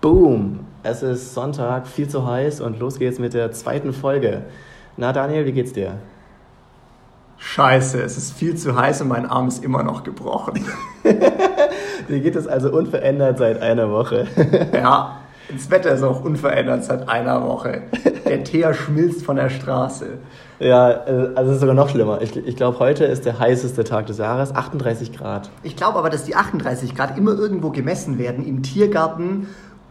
Boom! Es ist Sonntag, viel zu heiß und los geht's mit der zweiten Folge. Na Daniel, wie geht's dir? Scheiße, es ist viel zu heiß und mein Arm ist immer noch gebrochen. Dir geht es also unverändert seit einer Woche. ja, das Wetter ist auch unverändert seit einer Woche. Der Teer schmilzt von der Straße. Ja, äh, also es ist sogar noch schlimmer. Ich, ich glaube, heute ist der heißeste Tag des Jahres, 38 Grad. Ich glaube aber, dass die 38 Grad immer irgendwo gemessen werden, im Tiergarten,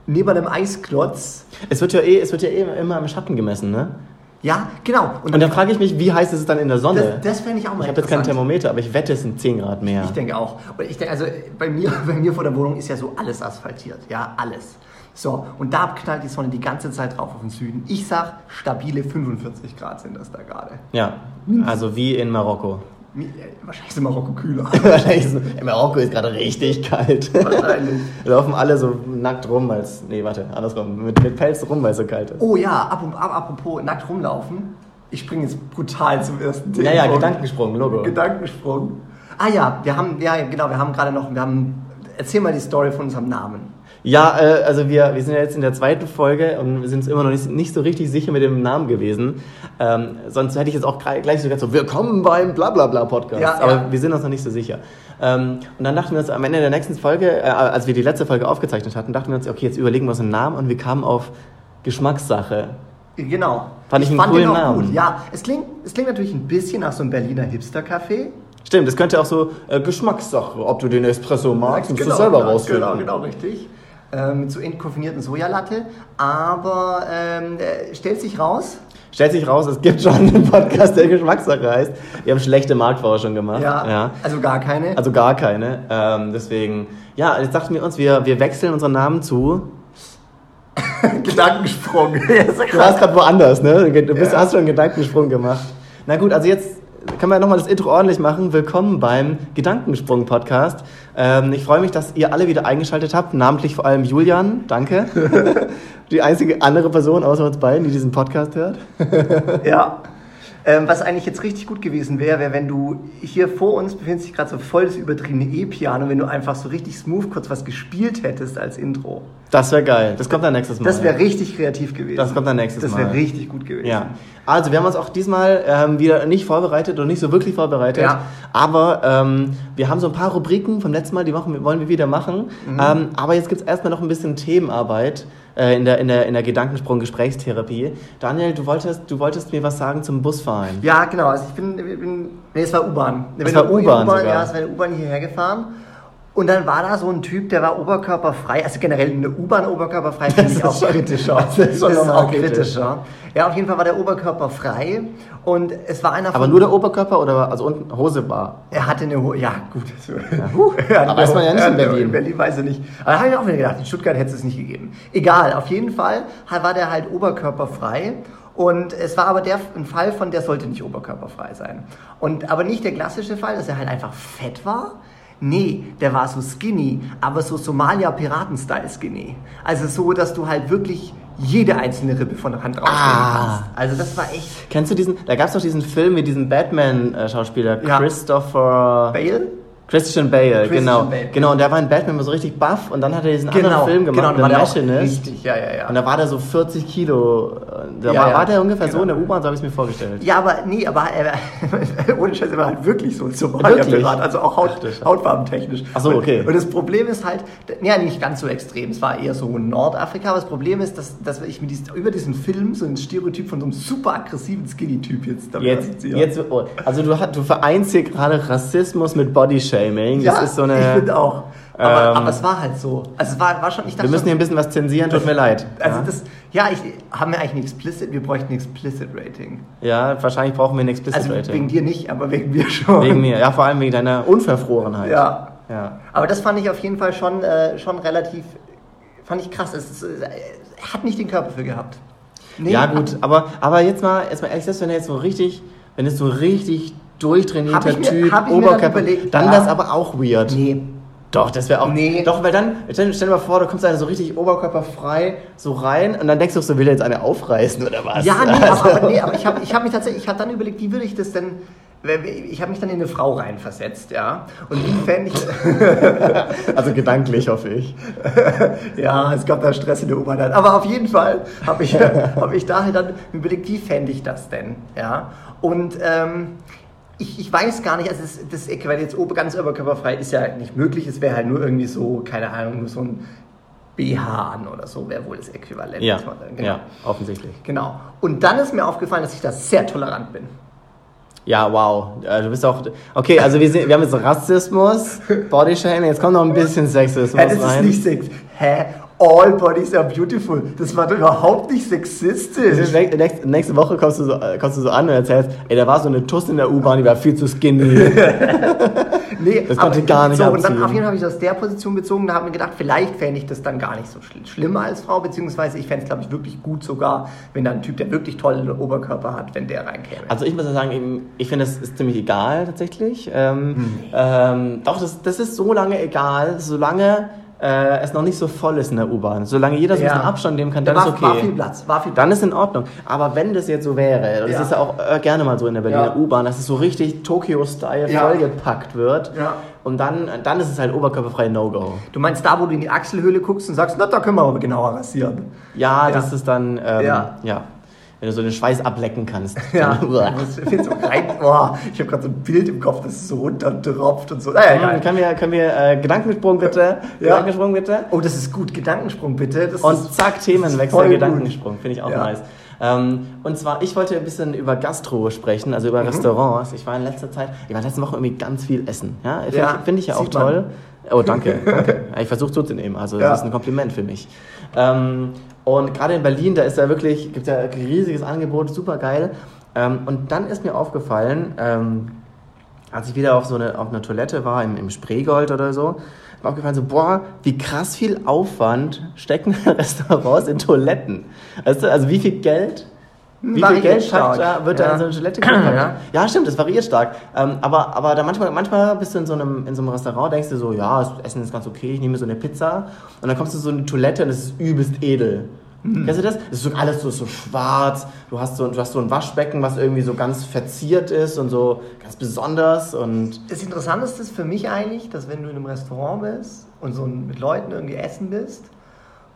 neben einem Eisklotz. Es wird ja eh, es wird ja eh immer im Schatten gemessen, ne? Ja, genau. Und dann frage ich mich, wie heiß ist es dann in der Sonne? das, das fände ich auch mal ich habe jetzt kein interessant. Thermometer, aber ich wette, es sind 10 Grad mehr. Ich denke auch. Und ich denke, also bei mir, bei mir vor der Wohnung ist ja so alles asphaltiert. Ja, alles. So, und da knallt die Sonne die ganze Zeit drauf auf den Süden. Ich sag, stabile 45 Grad sind das da gerade. Ja, also wie in Marokko. Mi- äh, Wahrscheinlich sind Marokko kühler. Wahrscheinlich ist, in Marokko ist gerade richtig kalt. Wahrscheinlich. Laufen alle so nackt rum, weil es. Nee, warte, andersrum. Mit, mit Pelz rum, weil es so kalt ist. Oh ja, ab und, ab, apropos nackt rumlaufen. Ich springe jetzt brutal zum ersten Thema. ja, ja, Gedankensprung, Logo. Gedankensprung. Ah ja, wir haben, ja genau, wir haben gerade noch, wir haben, erzähl mal die Story von unserem Namen. Ja, äh, also wir, wir sind ja jetzt in der zweiten Folge und wir sind uns immer noch nicht, nicht so richtig sicher mit dem Namen gewesen. Ähm, sonst hätte ich jetzt auch gleich gleich sogar so Willkommen beim Blablabla Podcast. Ja, Aber ja. wir sind uns noch nicht so sicher. Ähm, und dann dachten wir uns am Ende der nächsten Folge, äh, als wir die letzte Folge aufgezeichnet hatten, dachten wir uns, okay, jetzt überlegen wir uns einen Namen und wir kamen auf Geschmackssache. Genau. Fand ich einen coolen den auch Namen. Gut. Ja, es klingt, es klingt natürlich ein bisschen nach so einem Berliner Hipster-Café. Stimmt, das könnte auch so äh, Geschmackssache, ob du den Espresso magst, musst du selber genau, rausfinden. Genau, genau, richtig. Äh, mit so entkonfinierten Sojalatte. Aber ähm, äh, stellt sich raus, Stellt sich raus, es gibt schon einen Podcast, der Geschmackssache heißt. Wir haben schlechte Marktforschung gemacht. ja, ja. also gar keine. Also gar keine. Ähm, deswegen, ja, jetzt dachten wir uns, wir, wir wechseln unseren Namen zu. Gedankensprung. Du warst gerade woanders, ne? Du bist, Ja. hast schon einen Gedankensprung gemacht. Na gut, also jetzt können wir nochmal das Intro ordentlich machen. Willkommen beim Gedankensprung-Podcast. Ähm, ich freue mich, dass ihr alle wieder eingeschaltet habt, namentlich vor allem Julian. Danke. Die einzige andere Person außer uns beiden, die diesen Podcast hört. ja. Ähm, was eigentlich jetzt richtig gut gewesen wäre, wäre, wenn du hier vor uns befindet sich gerade so voll das übertriebene E-Piano, wenn du einfach so richtig smooth kurz was gespielt hättest als Intro. Das wäre geil. Das kommt dann nächstes Mal. Das wäre richtig kreativ gewesen. Das kommt dann nächstes Das wäre Mal. richtig gut gewesen. Ja, also wir haben uns auch diesmal ähm, wieder nicht vorbereitet und nicht so wirklich vorbereitet, Ja. aber ähm, wir haben so ein paar Rubriken vom letzten Mal, die machen, wollen wir wieder machen. Mhm. Ähm, aber jetzt gibt's erstmal noch ein bisschen Themenarbeit äh, in der, in der, in der Gedankensprung-Gesprächstherapie. Daniel, du wolltest, du wolltest mir was sagen zum Busfahren. Ja, genau. Also ich bin, ich bin nee, es war U-Bahn. Ich bin war mit der U-Bahn sogar. Ja, es war eine U-Bahn hierher gefahren. Und dann war da so ein Typ, der war oberkörperfrei. Also generell in der U-Bahn oberkörperfrei finde ich ist auch schon- kritischer. das ist schon nochmal auch kritisch. kritischer. Ja, auf jeden Fall war der oberkörperfrei. Und es war einer Aber nur der Oberkörper oder war- also unten Hose war? er hatte eine Hose. Ja, gut. das- Er hatte aber weiß man ja eine- nicht in er hatte- Berlin. In Berlin weiß er nicht. Aber da habe ich mir auch wieder gedacht, in Stuttgart hätte es es nicht gegeben. Egal, auf jeden Fall hat- war der halt oberkörperfrei. Und es war aber der ein Fall von, der sollte nicht oberkörperfrei sein. Und, aber nicht der klassische Fall, dass er halt einfach fett war. Nee, der war so skinny, aber so Somalia-Piraten-Style skinny. Also so, dass du halt wirklich jede einzelne Rippe von der Hand rausnehmen Ah. kannst. Also das war echt... Kennst du diesen, da gab's doch diesen Film mit diesem Batman-Schauspieler Ja. Christopher... Bale? Christian Bale, Christian genau. Bale. Genau, und da war in Batman immer so richtig buff und dann hat er diesen anderen Film gemacht, genau, The der war der auch Machinist. richtig, ja, ja, ja. Und da war der so 40 Kilo. äh, Da Ja, war, ja, war der ungefähr so in genau. der U-Bahn, so habe ich es mir vorgestellt. Ja, aber nee, aber äh, ohne Scheiß, er war halt wirklich so ein Wirklich? Somalia-Pirat, also auch Haut, Ach du Scheiße. hautfarbentechnisch. Ach so, Und- okay. Und das Problem ist halt, d- ja, nicht ganz so extrem, es war eher so in Nordafrika, aber das Problem ist, dass, dass ich mir dies- über diesen Film so ein Stereotyp von so einem super aggressiven Skinny-Typ jetzt damit Jetzt, assoziiere. jetzt, oh, also du, hat- du vereinst hier gerade Rassismus mit Bodyshaming. ja, das ist so ich eine. finde auch. Aber, ähm, aber es war halt so. Also es war, war schon, ich dachte wir müssen schon, hier ein bisschen was zensieren, tut mir leid. also ja? das, ja, ich, haben wir eigentlich ein Explicit, wir bräuchten ein Explicit-Rating. ja, wahrscheinlich brauchen wir ein Explicit Also wegen Rating. dir nicht, aber wegen mir schon. Wegen mir. Ja, vor allem wegen deiner Unverfrorenheit. Ja. ja. Aber das fand ich auf jeden Fall schon, äh, schon relativ, fand ich krass. Es, ist, äh, er hat nicht den Körper für gehabt. Nee, ja, gut, aber, aber jetzt mal, jetzt mal ehrlich, selbst wenn er jetzt so richtig, wenn jetzt so richtig Hab ich durchtrainierter mir- Typ, hab ich mir dann Oberkörper, überlegt, dann ja. wär's aber auch weird. Nee. Doch, das wäre auch. Nee. Doch, weil dann, stell, stell dir mal vor, du kommst einer so richtig oberkörperfrei so rein und dann denkst du, so will der jetzt eine aufreißen oder was? Ja, nee, Also, aber, aber, nee, aber ich habe ich hab mich tatsächlich, ich habe dann überlegt, wie würde ich das denn, wenn- ich habe mich dann in eine Frau reinversetzt, ja. Und inwiefern ich. Also gedanklich hoffe ich. Ja, es gab da Stress in der U-Bahn. halt. Aber auf jeden Fall habe ich, hab ich daher dann überlegt, wie fände ich das denn? Ja? Und ähm, ich, ich weiß gar nicht, also es, das weil jetzt ober- ganz oberkörperfrei ist ja nicht möglich. Es wäre halt nur irgendwie so, keine Ahnung, nur so ein BH an oder so, wäre wohl das Äquivalent. Ja, was man dann- genau. ja, offensichtlich. Genau. Und dann ist mir aufgefallen, dass ich da sehr tolerant bin. Ja, wow. Äh, Du bist auch. Okay, also wir, sind, wir haben jetzt Rassismus, Bodyshaming, jetzt kommt noch ein bisschen Sexismus Hä, das ist rein. nicht sex. Hä? All bodies are beautiful. Das war doch überhaupt nicht sexistisch. Nächste- nächste- Nächste Woche kommst du, so, äh, kommst du so an und erzählst, ey, da war so eine Tuss in der U-Bahn, die war viel zu skinny. Nee, Das konnte gar nicht So, und dann abziehen. auf jeden Fall habe ich es aus der Position bezogen, da habe ich mir gedacht, vielleicht fände ich das dann gar nicht so schl schlimm als Frau, beziehungsweise ich fände es, glaube ich, wirklich gut sogar, wenn da ein Typ, der wirklich tollen Oberkörper hat, wenn der reinkäme. Also ich muss ja sagen, eben, ich finde, das ist ziemlich egal tatsächlich. Ähm, Hm. ähm, doch, das, das ist so lange egal, solange äh, es noch nicht so voll ist in der U-Bahn. Solange jeder so ein Ja. bisschen Abstand nehmen kann, dann war, ist okay. War viel Platz, war viel Platz. Dann ist in Ordnung. Aber wenn das jetzt so wäre, und es Ja. ist ja auch äh, gerne mal so in der Berliner Ja. U-Bahn, dass es so richtig Tokyo-Style Ja. vollgepackt wird. Ja. Und dann, dann ist es halt oberkörperfrei No-Go. Du meinst da, wo du in die Achselhöhle guckst und sagst, na, da können wir aber genauer rasieren. Ja, Ja. das ist dann, ähm, ja. Ja. wenn du so den Schweiß ablecken kannst. Ja, Dann- das fällt so rein. Boah, ich habe gerade so ein Bild im Kopf, das so runtertropft und so. Naja, Hm, egal. können wir, können wir äh, Gedankensprung bitte? Ja. Gedankensprung bitte? Oh, das ist gut. Gedankensprung bitte. Das Und ist zack, voll Themenwechsel, gut. Gedankensprung, finde ich auch Ja. nice. Ähm, und zwar, ich wollte ein bisschen über Gastro sprechen, also Mhm. über Restaurants. Ich war in letzter Zeit, ich war in letzten Wochen irgendwie ganz viel essen. Ja, finde Ja, ich, finde ich ja auch sieht man. toll. Oh, danke, danke. Ja, Ich versuche zuzunehmen, also Ja. das ist ein Kompliment für mich. Ähm, und gerade in Berlin, da ist ja wirklich, gibt ja riesiges Angebot, super geil. Ähm, und dann ist mir aufgefallen, ähm, als ich wieder auf so eine, auf einer Toilette war, im, im Spreegold oder so, ist mir aufgefallen, so, boah, wie krass viel Aufwand stecken Restaurants in Toiletten. Weißt du, also wie viel Geld, wie viel Variiert Geld stark. schafft da, wird da Ja. in so eine Toilette gepackt? Ja. Ja. stimmt, das variiert stark. Ähm, aber, aber da manchmal, manchmal bist du in so einem, in so einem Restaurant, denkst du so, ja, das Essen ist ganz okay, ich nehme so eine Pizza. Und dann kommst du in so eine Toilette und es ist übelst edel. Mhm. Kennst du das? Es ist so, alles so, so schwarz. Du hast so, du hast so ein Waschbecken, was irgendwie so ganz verziert ist und so ganz besonders und Das Interessanteste ist für mich eigentlich, dass wenn du in einem Restaurant bist und so mit Leuten irgendwie essen bist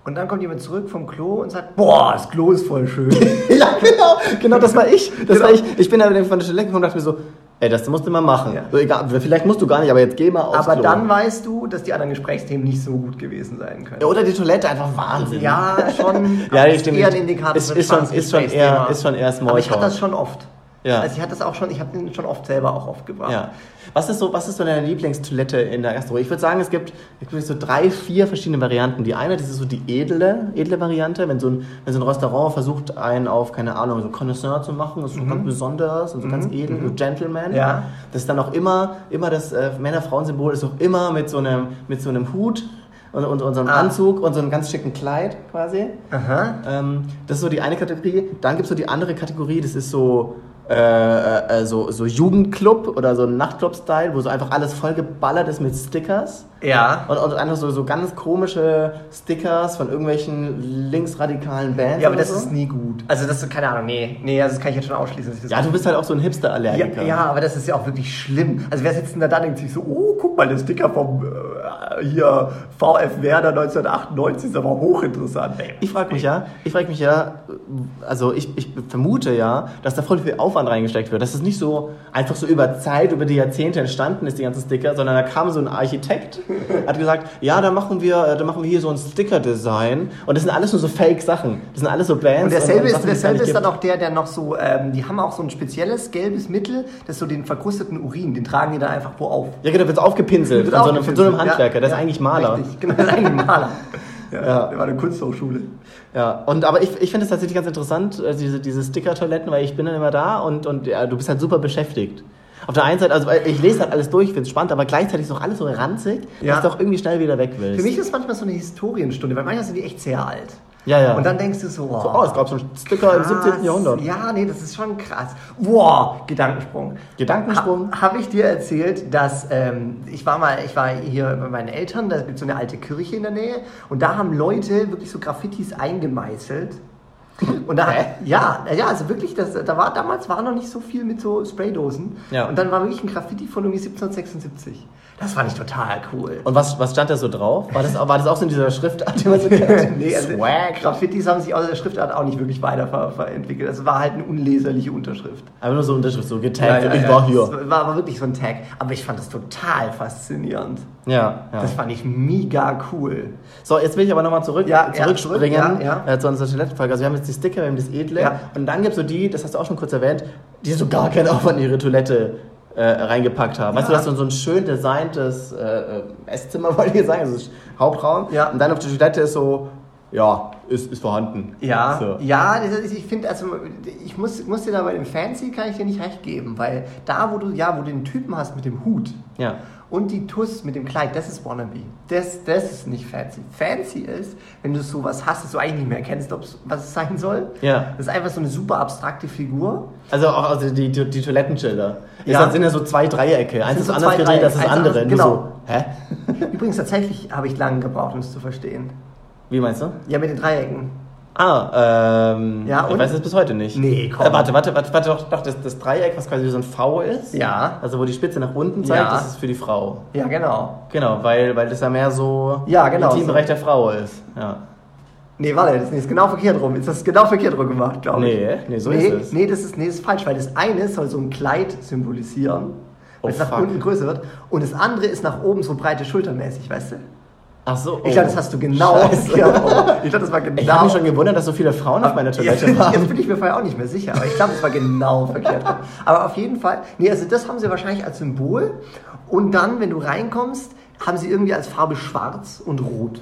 und dann kommt jemand zurück vom Klo und sagt, boah, das Klo ist voll schön. Ja, genau, genau, das war ich. Das Genau. war ich. Ich bin da mit dem von der Toilette gekommen und dachte mir so, ey, das musst du mal machen. Ja. So, egal, vielleicht musst du gar nicht, aber jetzt geh mal aufs Aber Klo. dann weißt du, dass die anderen Gesprächsthemen nicht so gut gewesen sein Ja, können. Oder die Toilette einfach Wahnsinn. Ja, schon. Ja, aber das ist stimmt. Eher ein Indikator Ist- für ein ist schon- schwarzes ist schon eher- Gesprächsthema. ist schon eher Aber ich hatte Smalltalk. das schon oft. Ja. Also ich hatte das auch schon, ich habe den schon oft selber auch aufgebracht. Ja. Was ist so, was ist so deine Lieblingstoilette in der Gastro? Ich würde sagen, es gibt, es gibt so drei, vier verschiedene Varianten. Die eine, das ist so die edle, edle Variante, wenn so ein, wenn so ein Restaurant versucht, einen auf, keine Ahnung, so Connoisseur zu machen, das ist so ganz besonders und so ganz edel, so Gentleman. Mhm. Ja. Das ist dann auch immer, immer das äh, Männer-Frauen-Symbol ist auch immer mit so einem, mit so einem Hut und, und, und so einem Ah. Anzug und so einem ganz schicken Kleid quasi. Aha. Ähm, das ist so die eine Kategorie. Dann gibt es so die andere Kategorie, das ist so, äh, äh, so, so Jugendclub oder so ein Nachtclub-Style, wo so einfach alles vollgeballert ist mit Stickers. Ja. Und, und einfach so, so ganz komische Stickers von irgendwelchen linksradikalen Bands. Ja, aber oder das so. ist nie gut. Also das ist, keine Ahnung, nee. Nee, also das kann ich jetzt schon ausschließen. Dass ich das Ja, du bist halt auch so ein Ja, Hipster-Allergiker. ja, aber das ist ja auch wirklich schlimm. Also wer sitzt denn da da denkt sich so, oh, guck mal, der Sticker vom äh, hier VF Werder 1998 ist aber hochinteressant. Ey. Ich frage mich ja, ich frage mich ja, also ich, ich vermute ja, dass da voll viel Aufwand reingesteckt wird. Dass es nicht so einfach so über Zeit, über die Jahrzehnte entstanden ist, die ganzen Sticker, sondern da kam so ein Architekt, hat gesagt, ja, da machen wir, äh, da machen wir hier so ein Sticker-Design und das sind alles nur so Fake-Sachen. Das sind alles so Bands. Und derselbe, ist, Sachen, die es gar derselbe nicht ist dann gibt. auch der, der noch so, ähm, die haben auch so ein spezielles gelbes Mittel, das so den verkrusteten Urin, den tragen die dann einfach wo auf. Ja, genau, wird aufgepinselt Wird von auch so einem, von so einem gefilmt. Handwerker, der ist Ja, eigentlich Maler. Richtig, genau, der ist eigentlich Maler. Ja, Ja. Der war eine Kunsthochschule. Ja, und aber ich, ich finde es tatsächlich ganz interessant, also diese, diese Sticker-Toiletten, weil ich bin dann immer da und, und ja, du bist halt super beschäftigt. Auf der einen Seite, also weil ich lese halt alles durch, finde es spannend, aber gleichzeitig ist auch alles so ranzig, Ja. dass du auch irgendwie schnell wieder weg willst. Für mich ist manchmal so eine Historienstunde, weil manchmal sind die echt sehr alt. Ja, ja. Und dann denkst du so, wow. so, oh, es gab so einen Sticker Krass. im 17. Jahrhundert. Ja, nee, das ist schon krass. Wow, Gedankensprung. Gedankensprung. Ha, Habe ich dir erzählt, dass ähm, ich war mal, ich war hier bei meinen Eltern, da gibt es so eine alte Kirche in der Nähe und da haben Leute wirklich so Graffitis eingemeißelt Und da, ja, ja, also wirklich, das, da war, damals war noch nicht so viel mit so Spraydosen. Ja. Und dann war wirklich ein Graffiti von irgendwie 1776. Das fand ich total cool. Und was, was stand da so drauf? War das, auch- war das auch so in dieser Schriftart, die man so kennt? Nee, also Swag. Graffitis haben sich außer der Schriftart auch nicht wirklich weiter ver verentwickelt. Es war halt eine unleserliche Unterschrift. Einfach nur so Unterschrift, so getaggt. Ja, ja, ich ja. war hier. Das war, war wirklich so ein Tag. Aber ich fand das total faszinierend. Ja, ja. Das fand ich mega cool. So, jetzt will ich aber nochmal zurück, Ja, ja, zurückspringen zurück, ja, ja. Äh, zu unserer Toilettenfolge. Also wir haben jetzt die Sticker, wir haben das Edle. Ja. Und dann gibt es so die, das hast du auch schon kurz erwähnt, die so gar keinen Aufwand in ihre Toilette äh, reingepackt haben. Weißt du, Ja. das ist so ein schön designtes äh, äh, Esszimmer, wollte ich sagen, also das Hauptraum. Ja. Und dann auf der Toilette ist so, ja, ist, ist vorhanden. Ja, So. ja, das ist, ich finde, also ich muss, muss dir da bei dem Fancy kann ich dir nicht recht geben, weil da, wo du, ja, wo du den Typen hast mit dem Hut Ja. und die Tuss mit dem Kleid, das ist wannabe. Das, das ist nicht fancy. Fancy ist, wenn du sowas hast, das du eigentlich nicht mehr erkennst, ob's, was es sein soll. Ja. Das ist einfach so eine super abstrakte Figur. Also auch also die, die, die Toilettenschilder. Ja. Ja. Das sind ja so zwei Dreiecke. Eins sind ist so anders zwei gedreht als das Dreiecke. Eins andere. anders- genau. Nur so, hä? Übrigens, tatsächlich habe ich lange gebraucht, um es zu verstehen. Wie meinst du? Ja, mit den Dreiecken. Ah, ähm, Ja, ich und? weiß es bis heute nicht. Nee, komm. Äh, warte, warte, warte, warte, doch, doch das, das Dreieck, was quasi so ein V ist. Ja. Also wo die Spitze nach unten zeigt, Ja. das ist für die Frau. Ja, genau. Genau, weil, weil das ja mehr so Ja, genau, im Teambereich so. der Frau ist. Ja. Nee, warte, das ist genau verkehrt rum. Jetzt hast du es genau verkehrt rum gemacht, glaube ich. Nee, nee, so nee, ist es. Nee, das ist, nee, das ist falsch, weil das eine soll so ein Kleid symbolisieren, Oh, weil es nach fuck. unten größer wird. Und das andere ist nach oben so breite schultermäßig, weißt du? Ach so. Ich oh. glaube, das hast du genau. Scheiße. Ja, oh. Ich glaube, das war genau. Ah, Ich habe mich schon gewundert, dass so viele Frauen auf meiner Toilette jetzt, waren. jetzt bin ich mir vorher auch nicht mehr sicher, aber ich glaube, es war genau verkehrt. rum. Aber auf jeden Fall, nee, also das haben sie wahrscheinlich als Symbol. Und dann, wenn du reinkommst, haben sie irgendwie als Farbe schwarz und rot.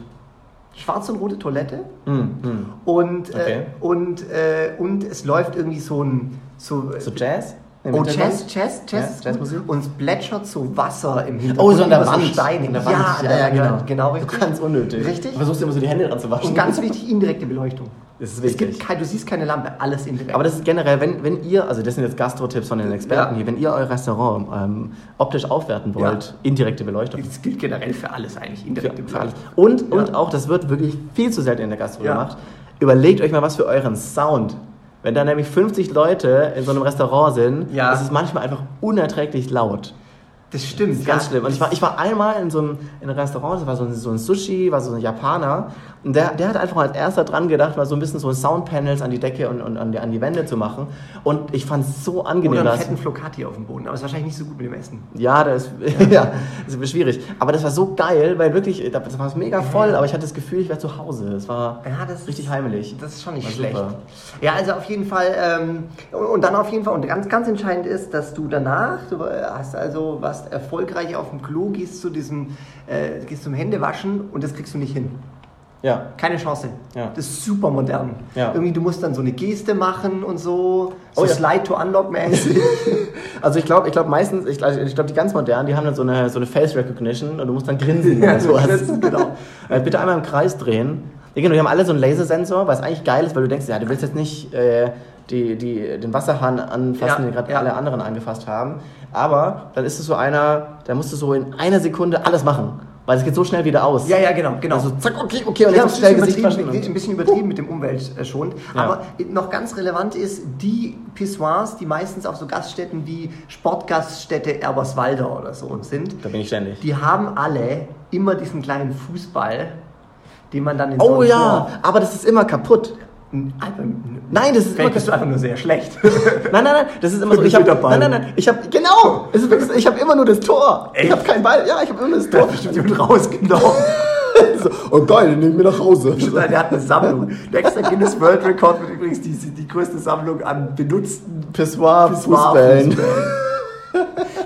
Schwarz und rote Toilette. Hm, hm. Und, Okay. äh, und, äh, und es läuft irgendwie so ein. So, äh, So Jazz? Im Oh, Hintergrund? Jazz, Jazz, Jazz. Ja, ist gut. Jazzmusik. Und es plätschert so Wasser im Hintergrund. Oh, so an der über Wand. Steine. An der Wand. Ja, ja, ja, genau. genau So richtig. Ganz unnötig. Richtig. Du versuchst immer so die Hände dran zu waschen. Und ganz wichtig, indirekte Beleuchtung. Das ist Es wichtig. gibt kein, du siehst keine Lampe, alles indirekt. Aber das ist generell, wenn, wenn ihr, also das sind jetzt Gastro-Tipps von den Experten Ja. hier, wenn ihr euer Restaurant ähm, optisch aufwerten wollt, Ja. indirekte Beleuchtung. Das gilt generell für alles eigentlich, Für, indirekte für alles. Beleuchtung. Und, Ja. und auch, das wird wirklich viel zu selten in der Gastro Ja. gemacht, überlegt euch mal was für euren Sound. Wenn da nämlich 50 Leute in so einem Restaurant sind, Ja. ist es manchmal einfach unerträglich laut. Das stimmt. Das ist ganz ja. schlimm. Und ich war, ich war einmal in so einem, in einem Restaurant, das war so ein, so ein Sushi, war so ein Japaner. Und der, der hat einfach als erster dran gedacht, mal so ein bisschen so Soundpanels an die Decke und, und an, die, an die Wände zu machen. Und ich fand es so angenehm. Oder einen dass- fetten Flocati auf dem Boden, aber ist wahrscheinlich nicht so gut mit dem Essen. ja, das, ja, das ist schwierig. Aber das war so geil, weil wirklich, das war mega voll, aber ich hatte das Gefühl, ich wäre zu Hause. Es war Ja, das ist- richtig heimelig. Das ist schon nicht War schlecht. super. Ja, also auf jeden Fall, ähm, und, und dann auf jeden Fall, und ganz, ganz entscheidend ist, dass du danach, du äh, hast also, warst erfolgreich auf dem Klo, gehst zu diesem, äh, gehst zum Händewaschen und das kriegst du nicht hin. Ja. Keine Chance. Ja. Das ist super modern. Ja. Irgendwie, du musst dann so eine Geste machen und so, so Oh ja. Slide to Unlock mäßig. Also ich glaube, ich glaube meistens, ich glaube, ich glaub, die ganz modernen, die haben dann so eine, so eine Face Recognition und du musst dann grinsen oder sowas. das- genau. Äh, Bitte einmal im Kreis drehen. Ja, genau, die haben alle so einen Lasersensor, was eigentlich geil ist, weil du denkst, ja, du willst jetzt nicht äh, die, die, den Wasserhahn anfassen, Ja, den gerade ja. alle anderen angefasst haben. Aber dann ist es so einer, da musst du so in einer Sekunde alles machen, weil es geht so schnell wieder aus. ja, ja, genau, genau. Also zack, okay, okay, und Ja, jetzt schnell ein Gesicht bisschen, waschen. übertrieben, ein und- bisschen übertrieben mit dem Umweltschonend. Ja. Aber noch ganz relevant ist, die Pissoirs, die meistens auf so Gaststätten wie Sportgaststätte Erberswalder oder so sind, Da bin ich ständig. die haben alle immer diesen kleinen Fußball, den man dann in so Oh einem ja, aber das ist immer kaputt. Tor- Einfach- Nein, das ist immer Vielleicht bist du einfach nur sehr schlecht. Nein, nein, nein, das ist immer so. Ich hab, Mit der Ball. nein, nein, nein, ich habe genau. Es ist wirklich, so, ich habe immer nur das Tor. Ich Echt? habe keinen Ball. Ja, ich habe immer das Du Tor. hast bestimmt jemand rausgenommen. so, oh geil, den nehmen wir nach Hause. Der hat eine Sammlung. Nächster Guinness World Record wird übrigens die, die größte Sammlung an benutzten Pissoir, Pissoir, Fußballen.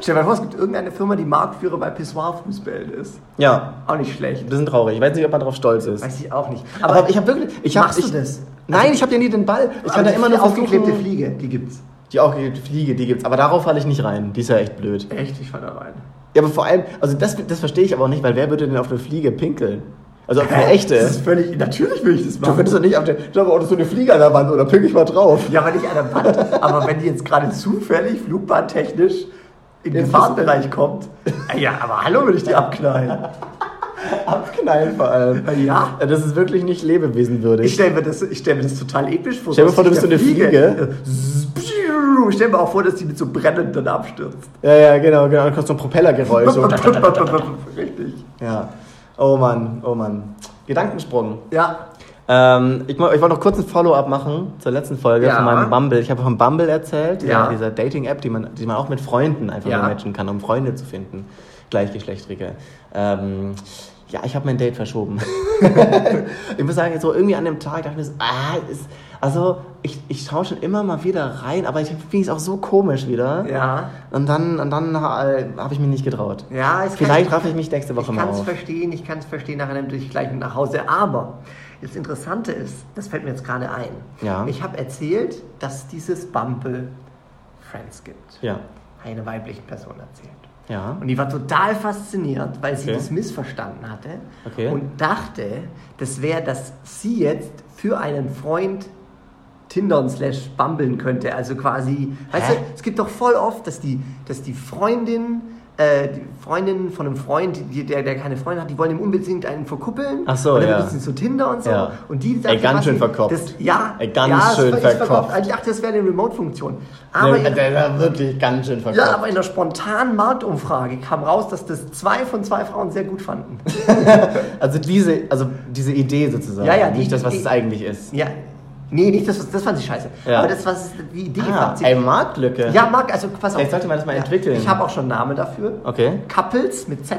Stell dir mal vor, es gibt irgendeine Firma, die Marktführer bei Pissoir-Fußbällen ist. Ja, Auch nicht schlecht. wir sind traurig. Ich weiß nicht, ob man drauf stolz ist. Weiß ich auch nicht. Aber, ich habe wirklich, ich habe, Machst du ich, das? Nein, ich habe ja nie den Ball. Ich kann da immer nur aufgeklebte versuchen. Fliege, die gibt's. Die aufgeklebte Fliege, die gibt's. Aber darauf falle ich nicht rein. Die ist ja echt blöd. Echt, ich fall da rein. Ja, aber vor allem, also das, das verstehe ich aber auch nicht, weil wer würde denn auf eine Fliege pinkeln? Also auf eine Das echte. ist völlig. Natürlich will ich das Du machen. würdest doch nicht auf der. Ich glaube, auch das ist so eine Fliege an der Wand oder pinkel ich mal drauf. Ja, aber nicht an der Wand. aber wenn die jetzt gerade zufällig flugbahntechnisch in den Im Fahrtbereich kommt. Ja, aber hallo würde ich die abknallen. Abknallen vor allem. Ja. Das ist Äh, wirklich nicht Ich lebewesenwürdig. stelle mir, das- ich stell mir das total episch vor. Stell dir So vor, du aus bist der so eine Fliege. Äh, Ich stelle mir auch vor, dass die mit so brennenden abstürzt. Ja, ja, genau, genau. Dann kommt so ein Propellergeräusch. so. Richtig. ja. Oh Mann, oh Mann. Gedankensprung. Ja. Ähm, ich mo- ich wollte noch kurz ein Follow-up machen zur letzten Folge Ja. von meinem Bumble. Ich habe von Bumble erzählt, Ja. ja. dieser Dating-App, die man, die man auch mit Freunden einfach Ja. nur matchen kann, um Freunde zu finden. Gleichgeschlechtrige. Ähm, ja, ich habe mein Date verschoben. ich muss sagen, so irgendwie an dem Tag dachte ich mir so, ah, ist, also ich, ich schaue schon immer mal wieder rein, aber ich finde es auch so komisch wieder. Ja. Und dann, und dann äh, habe ich mich nicht getraut. Ja, es Vielleicht kann, raffe ich mich nächste Woche ich mal kann es auf. verstehen, ich kann es verstehen nach einem Durchgleichen nach Hause. Aber das Interessante ist, das fällt mir jetzt gerade ein. Ja. Ich habe erzählt, dass dieses Bumble Friends gibt. Ja, Eine weibliche Person erzählt. ja. Und die war total fasziniert, weil sie Okay. das missverstanden hatte Okay. und dachte, das wäre, dass sie jetzt für einen Freund Tindern slash bumbeln könnte. Also quasi, weißt du, Hä? es gibt doch voll oft, dass die, dass die Freundin, äh, die Freundin von einem Freund, die, der, der keine Freundin hat, die wollen ihm unbedingt einen verkuppeln. Ach so, und dann ja. benutzen sie so Tinder und so. Ja. Und die Ey, ganz schön verkopft. Das, ja, Ey, ganz ja, es schön ist verkopft. äh, Ich dachte, das wäre eine Remote-Funktion. Aber der, ihr- der war wirklich ganz schön verkauft. ja, aber in der spontanen Marktumfrage kam raus, dass das zwei von zwei Frauen sehr gut fanden. Also diese, also diese Idee sozusagen. Ja, ja, die- Nicht das, was die- es eigentlich ist. Ja. Nee, nicht das, was- das fand ich scheiße. Ja. Aber das, was die Idee Ah, fand sie- ey, Marktlücke. Ja, Marc, also pass auf. Vielleicht sollte man das mal entwickeln. Ich habe auch schon einen Namen dafür. Okay. Couples mit Z.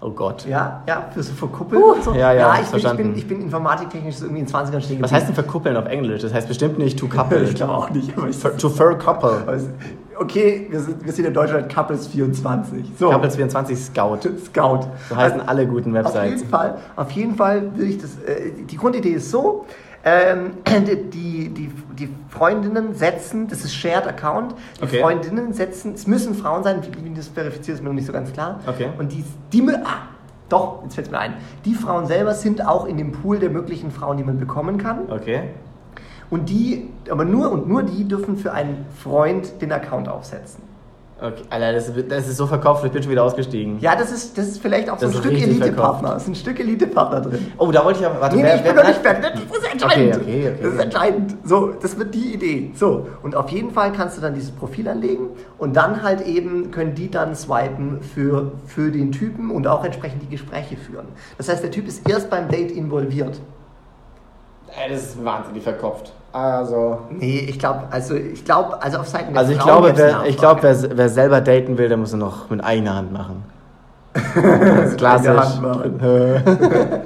Oh Gott. Ja, ja, für so verkuppeln und so. Uh. ja, ja, ich, bin, ich, verstanden. bin, ich bin informatiktechnisch so irgendwie in den 20ern stehen Was heißt denn verkuppeln auf Englisch? Das heißt bestimmt nicht to couple. Ich glaube auch nicht. Aber ich to fur couple. aber es- okay, wir sind, wir sind in Deutschland Couples 24. So, Couples 24 Scout. Scout. Also, So heißen alle guten Auf Websites. jeden Fall, auf jeden Fall will ich das. Äh, die Grundidee ist so: ähm, die, die, die Freundinnen setzen, das ist Shared Account, die Okay. Freundinnen setzen, es müssen Frauen sein, wie das verifiziert ist mir noch nicht so ganz klar. Okay. Und die, die mü- ah, doch, jetzt fällt es mir ein. Die Frauen selber sind auch in dem Pool der möglichen Frauen, die man bekommen kann. Okay. Und die, aber nur und nur die dürfen für einen Freund den Account aufsetzen. Okay. Alter, das, wird- das ist so verkauft, ich bin schon wieder ausgestiegen. Ja, das ist, das ist vielleicht auch so ein Das ist Stück richtig Elite-Partner. verkauft. Ist ein Stück Elite-Partner drin. Oh, da wollte ich aber. Warte, Nee, nee, wer- ich bin wer- noch nicht fertig. Das ist entscheidend. Okay, okay, okay. Das ist entscheidend. So, das wird die Idee. So, und auf jeden Fall kannst du dann dieses Profil anlegen und dann halt eben können die dann swipen für, für den Typen und auch entsprechend die Gespräche führen. Das heißt, der Typ ist erst beim Date involviert. Ey, das ist wahnsinnig verkopft. Also. Nee, ich glaube, also ich glaube, also auf Seiten der Also ich Frauen glaube, gibt's wer, eine ich glaube, Nachfrage. wer, wer selber daten will, der muss es noch mit eigener Hand machen. Das ist Mit klassisch. eigener Hand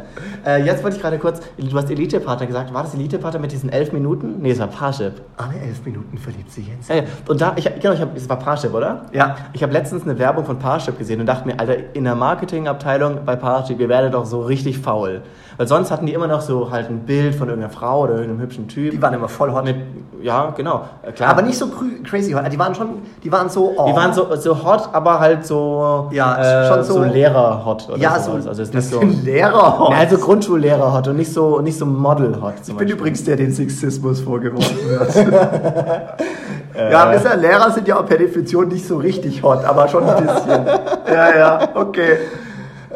äh, jetzt wollte ich gerade kurz, du hast Elite-Partner gesagt. War das Elite-Partner mit diesen elf Minuten? Nee, es war Parship. Alle elf Minuten verliebt sich jetzt. Ja, ja. Und da, ich, genau, ich hab, es war Parship, oder? Ja. Ich habe letztens eine Werbung von Parship gesehen und dachte mir, Alter, in der Marketingabteilung bei Parship, ihr werdet doch so richtig faul. Weil sonst hatten die immer noch so halt ein Bild von irgendeiner Frau oder irgendeinem hübschen Typ. Die waren immer voll hot. mit, ja, genau. Äh, Klar. Aber nicht so krü- crazy hot. Die waren schon, die waren so. Oh. Die waren so, so hot, aber halt so, Ja, äh, schon so- so, Lehrer-hot oder ja, so, sowas. Also ist nicht so, Lehrer hot. Ja, also Grundschullehrer-hot und nicht so, nicht so Model-hot. Ich bin übrigens der, dem Sexismus vorgeworfen wird. ja, Äh. wisst ihr, Lehrer sind ja auch per Definition nicht so richtig hot, aber schon ein bisschen. ja, ja, okay.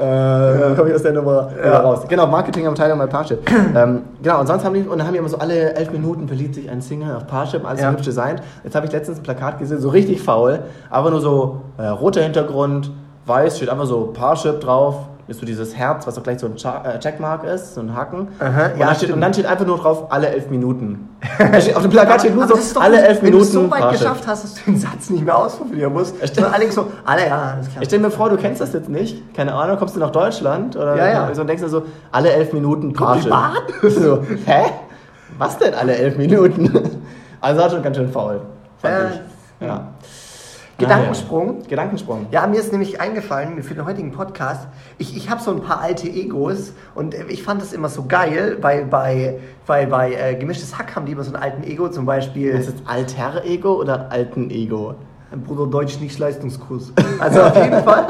Ähm, Äh, komme ich aus der Nummer Ja. ja. raus. Genau, Marketingabteilung bei Parship. ähm, genau, und sonst haben die, und dann haben die immer so alle elf Minuten verliebt sich ein Single auf Parship, alles Ja. so hübsch designt. Jetzt habe ich letztens ein Plakat gesehen, so richtig faul, aber nur so äh, roter Hintergrund, weiß, steht einfach so Parship drauf. Ist so dieses Herz, was auch gleich so ein Cha- äh, Checkmark ist, so ein Haken. Aha, und, ja, dann steht, stimmt. und dann steht einfach nur drauf, alle elf Minuten. Da steht- auf dem Plakat steht nur Aber das ist so, doch alle gut, elf wenn Minuten. Wenn du es so weit Parship. geschafft hast, dass du den Satz nicht mehr ausformulieren musst, sondern Alex so, alle ja, alles klar. Ich stell mir vor, du kennst das jetzt nicht. Keine Ahnung, kommst du nach Deutschland oder Ja, ja. so und denkst dir so, alle elf Minuten Parship. Kommt So, hä? Was denn alle elf Minuten? Also war schon ganz schön faul. Fand Ja. ich. Ja. Gedankensprung. Naja. Gedankensprung. Ja, mir ist nämlich eingefallen für den heutigen Podcast, ich, ich habe so ein paar alte Egos und äh, ich fand das immer so geil, bei, bei, bei, bei äh, Gemischtes Hack haben die immer so einen alten Ego, zum Beispiel. Ist das alter Ego oder alten Ego? Ein Bruder Deutsch nicht Leistungskurs. Also auf jeden Fall.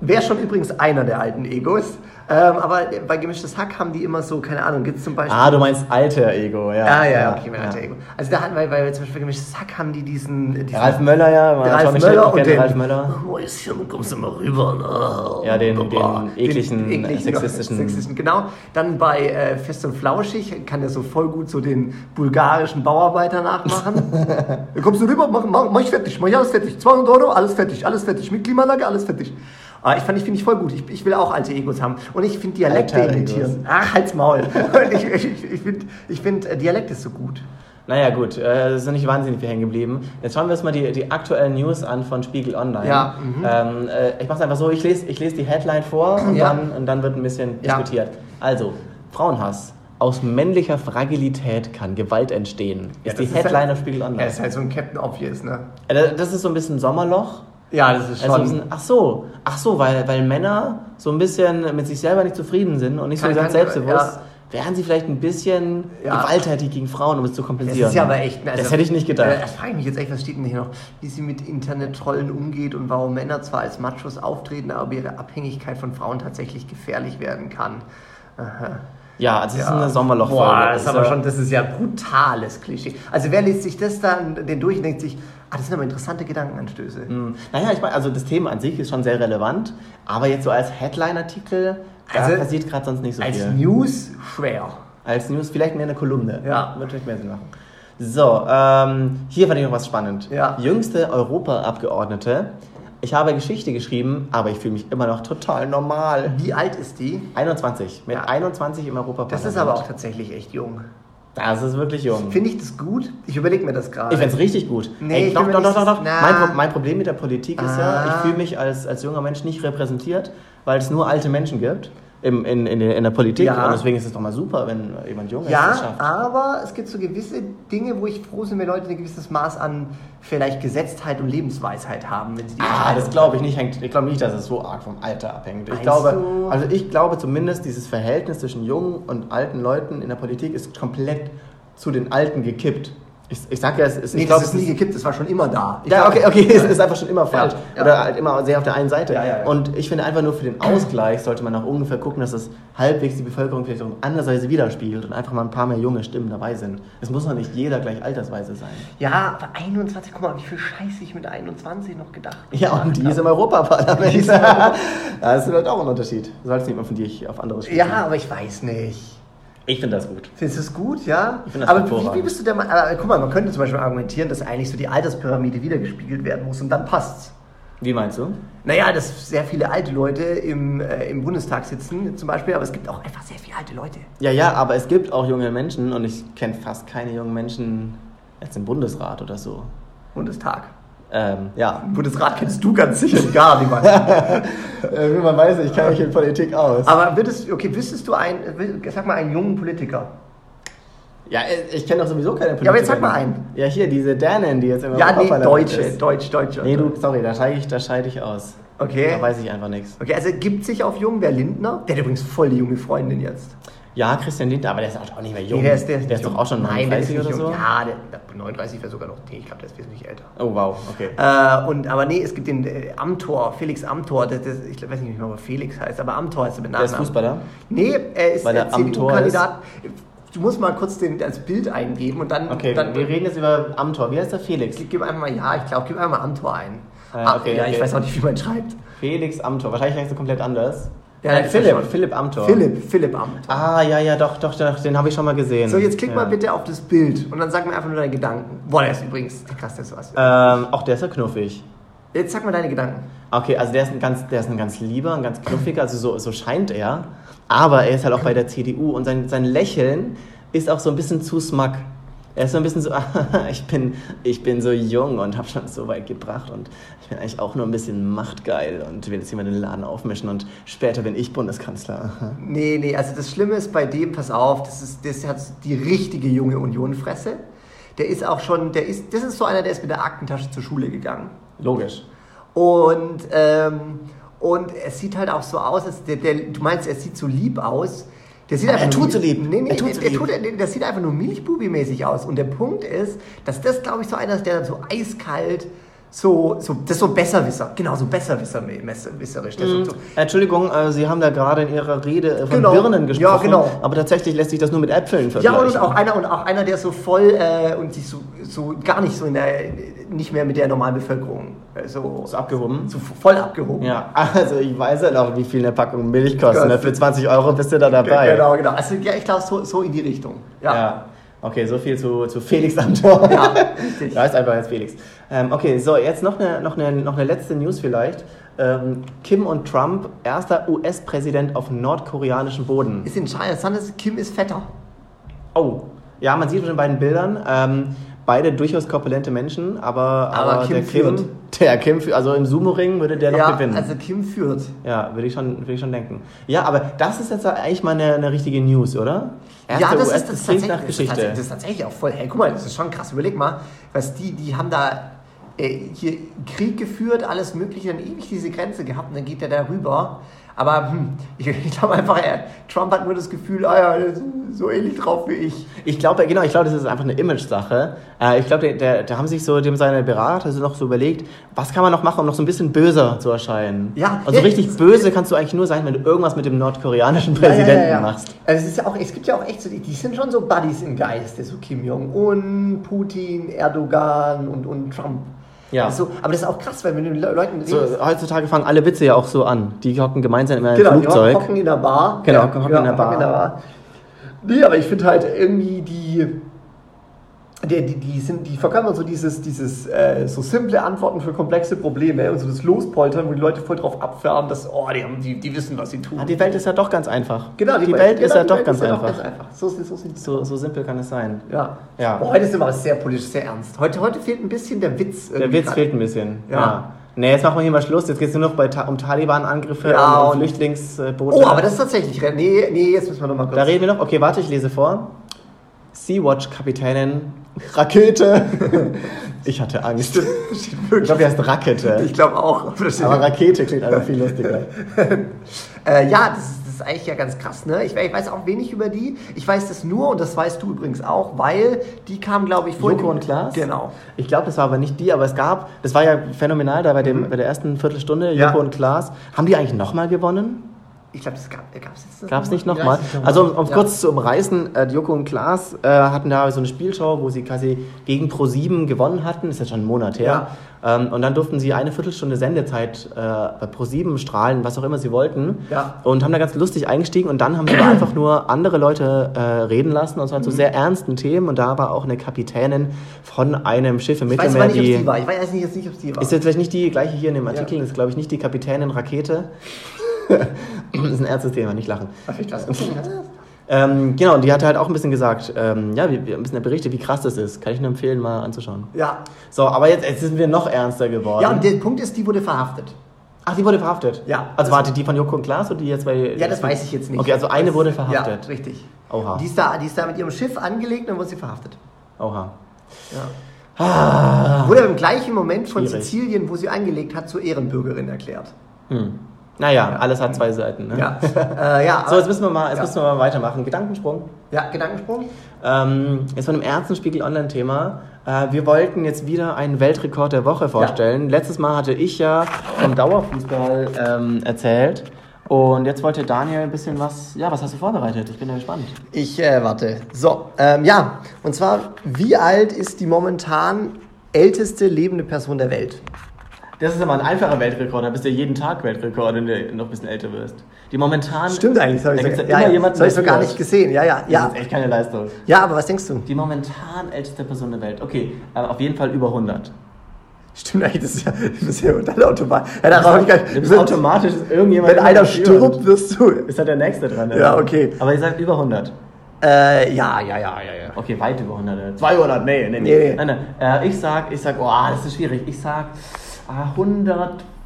Wäre schon übrigens einer der alten Egos. Ähm, aber bei Gemischtes Hack haben die immer so, keine Ahnung, gibt es zum Beispiel. Ah, du meinst alter Ego, ja. Ah, ja, okay, mein alter Ego. Also da hatten wir, weil wir zum Beispiel gemischtes Hack haben die diesen. diesen Ja, also Ralf Möller, ja. man hat Der Ralf schon gestellt, Möller ich und kenne den, Ralf Möller. Mäuschen, kommst du mal rüber. ne? Ja, den- Baba. den ekligen, äh, sexistischen- äh, sexistischen. Genau. Dann bei äh, Fest und Flauschig kann der so voll gut so den bulgarischen Bauarbeiter nachmachen. kommst du rüber, mach, mach, mach ich fertig, mach ich alles fertig. 200 Euro, alles fertig, alles fertig. Mit Klimaanlage, alles fertig. Ah, ich fand, ich finde ich voll gut. Ich, ich will auch alte Egos haben. Und ich finde Dialekte Alter Egos. imitieren. Ach, halt's Maul. Und ich ich, ich finde ich find, äh, Dialekt ist so gut. Naja, gut, äh, es ist nicht wahnsinnig viel hängen geblieben. Jetzt schauen wir uns mal die, die aktuellen News an von Spiegel Online. Ja, Mhm. Ähm, äh, ich mache es einfach so, ich lese ich les die Headline vor und, Ja. dann, und dann wird ein bisschen Ja. diskutiert. Also, Frauenhass. Aus männlicher Fragilität kann Gewalt entstehen. Ist die das ist Headline halt- auf Spiegel Er Online. ist halt so ein Captain Obvious, ne? Äh, Das ist so ein bisschen Sommerloch. Ja, das ist Also, so ein- ach so, ach so, weil, weil Männer so ein bisschen mit sich selber nicht zufrieden sind und nicht so Kann- ganz kann- selbstbewusst, ja. wären sie vielleicht ein bisschen Ja. gewalttätig gegen Frauen, um es zu kompensieren. Das ist ja aber echt. das hätte ich nicht äh, gedacht. Das frage ich mich jetzt echt, was steht denn hier noch? Wie sie mit Internet-Trollen umgeht und warum Männer zwar als Machos auftreten, aber ihre Abhängigkeit von Frauen tatsächlich gefährlich werden kann. Aha. Ja, das ist Ja. eine Sommerlochfolge. Also, Boah, das ist aber ja- schon, das ist ja brutales Klischee. Also wer liest sich das dann den durch und denkt sich, ah, das sind aber interessante Gedankenanstöße. Hm. Naja, ich meine, also das Thema an sich ist schon sehr relevant, aber jetzt so als Headline-Artikel, da Also, passiert gerade sonst nicht so Als viel. News schwer. Als News vielleicht mehr eine Kolumne. Ja. Wird vielleicht mehr Sinn machen. So, ähm, hier fand ich noch was spannend. Ja. Jüngste Europaabgeordnete. Ich habe Geschichte geschrieben, aber ich fühle mich immer noch total normal. Wie alt ist die? 21. Mit Ja. 21 im Europaparlament. Das ist aber auch tatsächlich echt jung. Das ist wirklich jung. Finde ich das gut? Ich überlege mir das gerade. Ich fände es richtig gut. Nee, Ey, ich doch, bin mir doch, doch, nicht doch, doch. so- Na. Mein, Pro- mein Problem mit der Politik ist ja, Ah. ich fühle mich als, als junger Mensch nicht repräsentiert, weil es nur alte Menschen gibt im, in, in, in der Politik. Ja. Und deswegen ist es doch mal super, wenn jemand jung ist. das Ja, schafft. aber es gibt so gewisse Dinge, wo ich froh bin, wenn Leute ein gewisses Maß an vielleicht Gesetztheit und Lebensweisheit haben. Wenn sie die Ah, Entscheidung- das glaube ich nicht. Hängt, ich glaube nicht, dass es so arg vom Alter abhängt. Ich Meinst glaube, du? also ich glaube zumindest, dieses Verhältnis zwischen jungen und alten Leuten in der Politik ist komplett zu den Alten gekippt. Ich, ich sage ja, es ist, nee, ich glaube, das ist nie gekippt, das war schon immer da. Ich ja, glaub- okay, okay, es ist einfach schon immer falsch. ja. Oder halt immer sehr auf der einen Seite. Ja, ja, ja. Und ich finde einfach nur für den Ausgleich sollte man auch ungefähr gucken, dass es halbwegs die Bevölkerung vielleicht auch andererseits widerspiegelt und einfach mal ein paar mehr junge Stimmen dabei sind. Es muss noch nicht jeder gleich altersweise sein. Ja, aber 21, guck mal, wie viel Scheiße ich mit 21 noch gedacht habe. Ja, und die ist im Die Europaparlament. ist im Europa- das ist vielleicht auch ein Unterschied. Du sollst nicht mal von dir auf andere schließen. Ja, aber ich weiß nicht. ich finde das gut. Findest du es gut, ja? Ich finde das aber wie, hervorragend. wie bist du der Meinung? Aber guck mal, man könnte zum Beispiel argumentieren, dass eigentlich so die Alterspyramide wiedergespiegelt werden muss und dann passt's. Wie meinst du? Naja, dass sehr viele alte Leute im, äh, im Bundestag sitzen, zum Beispiel, aber es gibt auch einfach sehr viele alte Leute. Ja, ja, aber es gibt auch junge Menschen und ich kenne fast keine jungen Menschen jetzt im Bundesrat oder so. Bundestag. Ähm, ja. Bundesrat kennst du ganz sicher gar niemanden. Wie Äh, man weiß, ich kenne mich in Politik aus. Aber würdest, okay, wüsstest du einen, will- sag mal einen jungen Politiker? Ja, ich kenne doch sowieso keine Politiker. Ja, aber jetzt sag mal einen. Ja, hier, diese Danen, die jetzt im Ja, nee, Europaparlament Deutsche, ist. Deutsch, Deutsche. Nee, du, sorry, da scheide ich, da scheide ich aus. Okay. Da weiß ich einfach nichts. Okay, also gibt sich auf jung, wer Lindner? Der hat übrigens voll die junge Freundin jetzt. Ja, Christian Lindner, aber der ist auch nicht mehr jung. Nee, der ist nicht doch jung. auch schon Nein, der ist 39 nicht oder jung. so. Ja, der, der 39 wäre sogar noch, nee, ich glaube, der ist wesentlich älter. Oh, wow, okay. Äh, und, aber nee, es gibt den äh, Amtor, Felix Amtor, das, das, ich weiß nicht mehr, ob er Felix heißt, aber Amtor heißt er mit Der Nachnamen. ist Fußballer. Nee, er ist Weil er der am Tor CDU-Kandidat. Du musst mal kurz den als Bild eingeben und dann, Okay, dann wir reden jetzt über Amtor. Wie heißt der Felix? gib, gib einfach mal, ja, ich glaube, gib einfach mal Amtor ein. Ah, Ah, okay, ja, ich okay. weiß auch nicht, wie man schreibt. Felix Amtor. Wahrscheinlich heißt er komplett anders. Ja, Nein, das ist Philipp. schon- Philipp Amtor. Philipp, Philipp Amtor. Ah, ja, ja, doch, doch, doch. Den habe ich schon mal gesehen. So, jetzt klick Hm, ja. mal bitte auf das Bild und dann sag mir einfach nur deine Gedanken. Boah, der ist übrigens, krass, der ist was. Ähm, auch der ist ja knuffig. Jetzt sag mal deine Gedanken. Okay, also der ist ein ganz, der ist ein ganz lieber, ein ganz knuffiger, also so, so scheint er. Aber er ist halt auch bei der CDU und sein, sein Lächeln ist auch so ein bisschen zu smack. Er ist so ein bisschen so, ich bin, ich bin so jung und habe schon so weit gebracht und ich bin eigentlich auch nur ein bisschen machtgeil und will jetzt hier mal den Laden aufmischen und später bin ich Bundeskanzler. Nee, nee, also das Schlimme ist bei dem, pass auf, das, ist, das hat die richtige junge Union-Fresse. Der ist auch schon, der ist, das ist so einer, der ist mit der Aktentasche zur Schule gegangen. Logisch. Und, ähm, und es sieht halt auch so aus, als der, der, du meinst, er sieht so lieb aus. Der sieht Aber er einfach tut so lieb. Nee, nee, Er er tut tut so der, lieb. Tut, nee, der sieht einfach nur Milchbubi-mäßig aus. Und der Punkt ist, dass das, glaube ich, so einer ist, der dann so eiskalt so, so, das ist so Besserwisser, genau, so Besserwisserisch. Der Mhm. so, so, Hm. Entschuldigung, äh, Sie haben da gerade in Ihrer Rede äh, von Genau. Birnen gesprochen. Ja, genau. Aber tatsächlich lässt sich das nur mit Äpfeln Ja, vergleichen. und auch einer und auch einer, der so voll äh, und sich so, so gar nicht so in der, nicht mehr mit der normalen Bevölkerung äh, so, Ist abgehoben. so voll abgehoben. Ja, also ich weiß ja noch, wie viel eine Packung Milch kostet. ne? Kostet. Für 20 Euro bist du da dabei. Genau, genau. Also ja, ich glaube so, so in die Richtung. Ja. Ja. Okay, so viel zu, zu Felix am Tor. Ja, richtig. Da ist einfach jetzt Felix. Ähm, okay, so, jetzt noch eine, noch eine, noch eine letzte News vielleicht. Ähm, Kim und Trump, erster US-Präsident auf nordkoreanischem Boden. Ist interessant, dass Kim ist fetter. Oh, ja, man sieht von den beiden Bildern, ähm, beide durchaus korpulente Menschen, aber, Aber Kim der Kim, führt. der Kim, führt- also im Sumo-Ring würde der noch ja, gewinnen. also Kim führt. ja, würde ich, schon- würde ich schon denken. Ja, aber das ist jetzt eigentlich mal eine, eine richtige News, oder? Erste US, klingt nach das ist Geschichte. tatsächlich- Das ist tatsächlich auch voll. Hey, guck mal, das ist schon krass. Überleg mal, was die, die haben da äh, hier Krieg geführt, alles Mögliche, dann ewig diese Grenze gehabt und dann geht der da rüber. Aber hm, ich, ich glaube einfach, er, Trump hat nur das Gefühl, ah ja, der ist so ähnlich drauf wie ich. Ich glaube, genau, ich glaube, das ist einfach eine Image-Sache. Äh, ich glaube, der- der- da haben sich so dem seine Berater so noch so überlegt, was kann man noch machen, um noch so ein bisschen böser zu erscheinen. Ja, Also ja, richtig das- böse kannst du eigentlich nur sein, wenn du irgendwas mit dem nordkoreanischen Präsidenten ja, ja, ja. machst. Also es, ist ja auch, es gibt ja auch echt so, die, die sind schon so Buddies im Geiste, so Kim Jong-un, Putin, Erdogan und, und Trump. Ja. Also, aber das ist auch krass, weil wenn du mit den Le- Leuten So, äh, redest, heutzutage fangen alle Witze ja auch so an. Die hocken gemeinsam in einem Genau, Flugzeug. die hocken in der Bar. Genau, hocken in der Bar. hocken Nee, aber ich finde halt irgendwie die. Die, die, die, sind, die verkörpern so dieses, dieses äh, so simple Antworten für komplexe Probleme und so das Lospoltern, wo die Leute voll drauf abfärben, dass, oh, die, haben, die, die wissen, was sie tun. Ah, die Welt ist ja doch ganz einfach. genau, die, Welt- Welt genau, ist ja die doch Welt ganz ist ja einfach. So sind so sind So, so simpel kann es sein. Ja. Ja. Boah, heute sind wir aber sehr politisch, sehr ernst. Heute, heute fehlt ein bisschen der Witz. Der irgendwie Witz grad. fehlt ein bisschen. Ah. Ja. Nee, jetzt machen wir hier mal Schluss. Jetzt geht es nur noch bei Ta um Taliban-Angriffe Ja, und, und- um Flüchtlingsboote. Oh, aber das ist tatsächlich. re- Nee, nee, jetzt müssen wir nochmal kurz. Da reden wir noch. Okay, warte, ich lese vor. Sea-Watch-Kapitänin. Rakete. Ich hatte Angst. Steht Ich wirklich. glaube, die heißt Rakete. Ich glaube auch. Aber Rakete klingt einfach viel lustiger. Äh, ja, das ist, das ist eigentlich ja ganz krass, ne? Ich, we- ich weiß auch wenig über die. Ich weiß das nur, und das weißt du übrigens auch, weil die kam, glaube ich, vor Joko dem- und Klaas? Genau. Ich glaube, das war aber nicht die, aber es gab, das war ja phänomenal da bei, dem, bei der ersten Viertelstunde, Joko Mhm. Ja. und Klaas. Haben die eigentlich nochmal gewonnen? Ich glaube, das gab es jetzt Gab es nicht noch nochmal? Ja, es ist noch also, um, um Ja. kurz zu umreißen, äh, Joko und Klaas äh, hatten da so eine Spielshow, wo sie quasi gegen Pro7 gewonnen hatten. Ist jetzt schon ein Monat her. Ähm, und dann durften sie eine Viertelstunde Sendezeit äh, bei Pro7 strahlen, was auch immer sie wollten. Ja. Und haben da ganz lustig eingestiegen und dann haben sie aber einfach nur andere Leute äh, reden lassen, und zwar Mhm. zu sehr ernsten Themen. Und da war auch eine Kapitänin von einem Schiff im Ich weiß Mittelmeer, aber nicht, ob es die die. war. Ich weiß nicht, jetzt nicht, ob es die war. Ist jetzt vielleicht nicht die gleiche hier in dem Artikel, ist glaube ich nicht die Kapitänin Rakete. ist ein ernstes Thema, nicht lachen. Ach, ich weiß nicht. Ähm, genau, und die hat halt auch ein bisschen gesagt, ähm, ja, wir, wir müssen ja berichtet, wie krass das ist. Kann ich nur empfehlen, mal anzuschauen. Ja. So, aber jetzt, jetzt sind wir noch ernster geworden. Ja, und der Punkt ist, die wurde verhaftet. Ach, die wurde verhaftet? Ja. Also warte, die von Joko und Klaas oder die jetzt bei... Ja, das weiß ich jetzt nicht. Okay, also eine Das- wurde verhaftet. Ja, richtig. Oha. Die ist, da, die ist da mit ihrem Schiff angelegt und wurde sie verhaftet. Oha. Ja. Wurde im gleichen Moment von Schwierig. Sizilien, wo sie angelegt hat, zur Ehrenbürgerin erklärt. Hm. Naja, alles hat zwei Seiten. Ne? Ja. äh, ja, So, jetzt müssen wir mal, jetzt Ja. müssen wir mal weitermachen. Gedankensprung. ja, Gedankensprung? Ähm, jetzt von dem ernsten Spiegel Online-Thema. Äh, wir wollten jetzt wieder einen Weltrekord der Woche vorstellen. Letztes Mal hatte ich ja vom Dauerfußball ähm, erzählt. Und jetzt wollte Daniel ein bisschen was. Ja, was hast du vorbereitet? Ich bin ja gespannt. Ich äh, warte. So, ähm, ja. Und zwar, wie alt ist die momentan älteste lebende Person der Welt? Das ist aber ein einfacher Weltrekord. Da bist du jeden Tag Weltrekord, wenn du noch ein bisschen älter wirst. Die momentan. eigentlich. Das Da habe ich, gibt's so, ja ja, immer ja, jemanden, das hab ich der so gar führt. nicht gesehen. Ja, ja, Ja. ja. Das ist echt keine Leistung. Ja, aber was denkst du? Die momentan älteste Person der Welt. Okay, äh, auf jeden Fall über 100. Stimmt eigentlich, das ist ja, das ist ja unter der Autobahn. Ja, da brauch ich gar nicht. Du bist automatisch ist irgendjemand. Wenn einer überführt. stirbt, wirst du. Ist da der Nächste dran? Ja, oder? okay. Aber ihr sagt über 100. Äh, ja, ja, ja, ja, ja. Okay, weit über 100. 200, nee, nee, nee. Nee, nee. Nein, nein. Äh, ich sag, ich sag, oh, das ist schwierig. Ich sag ah,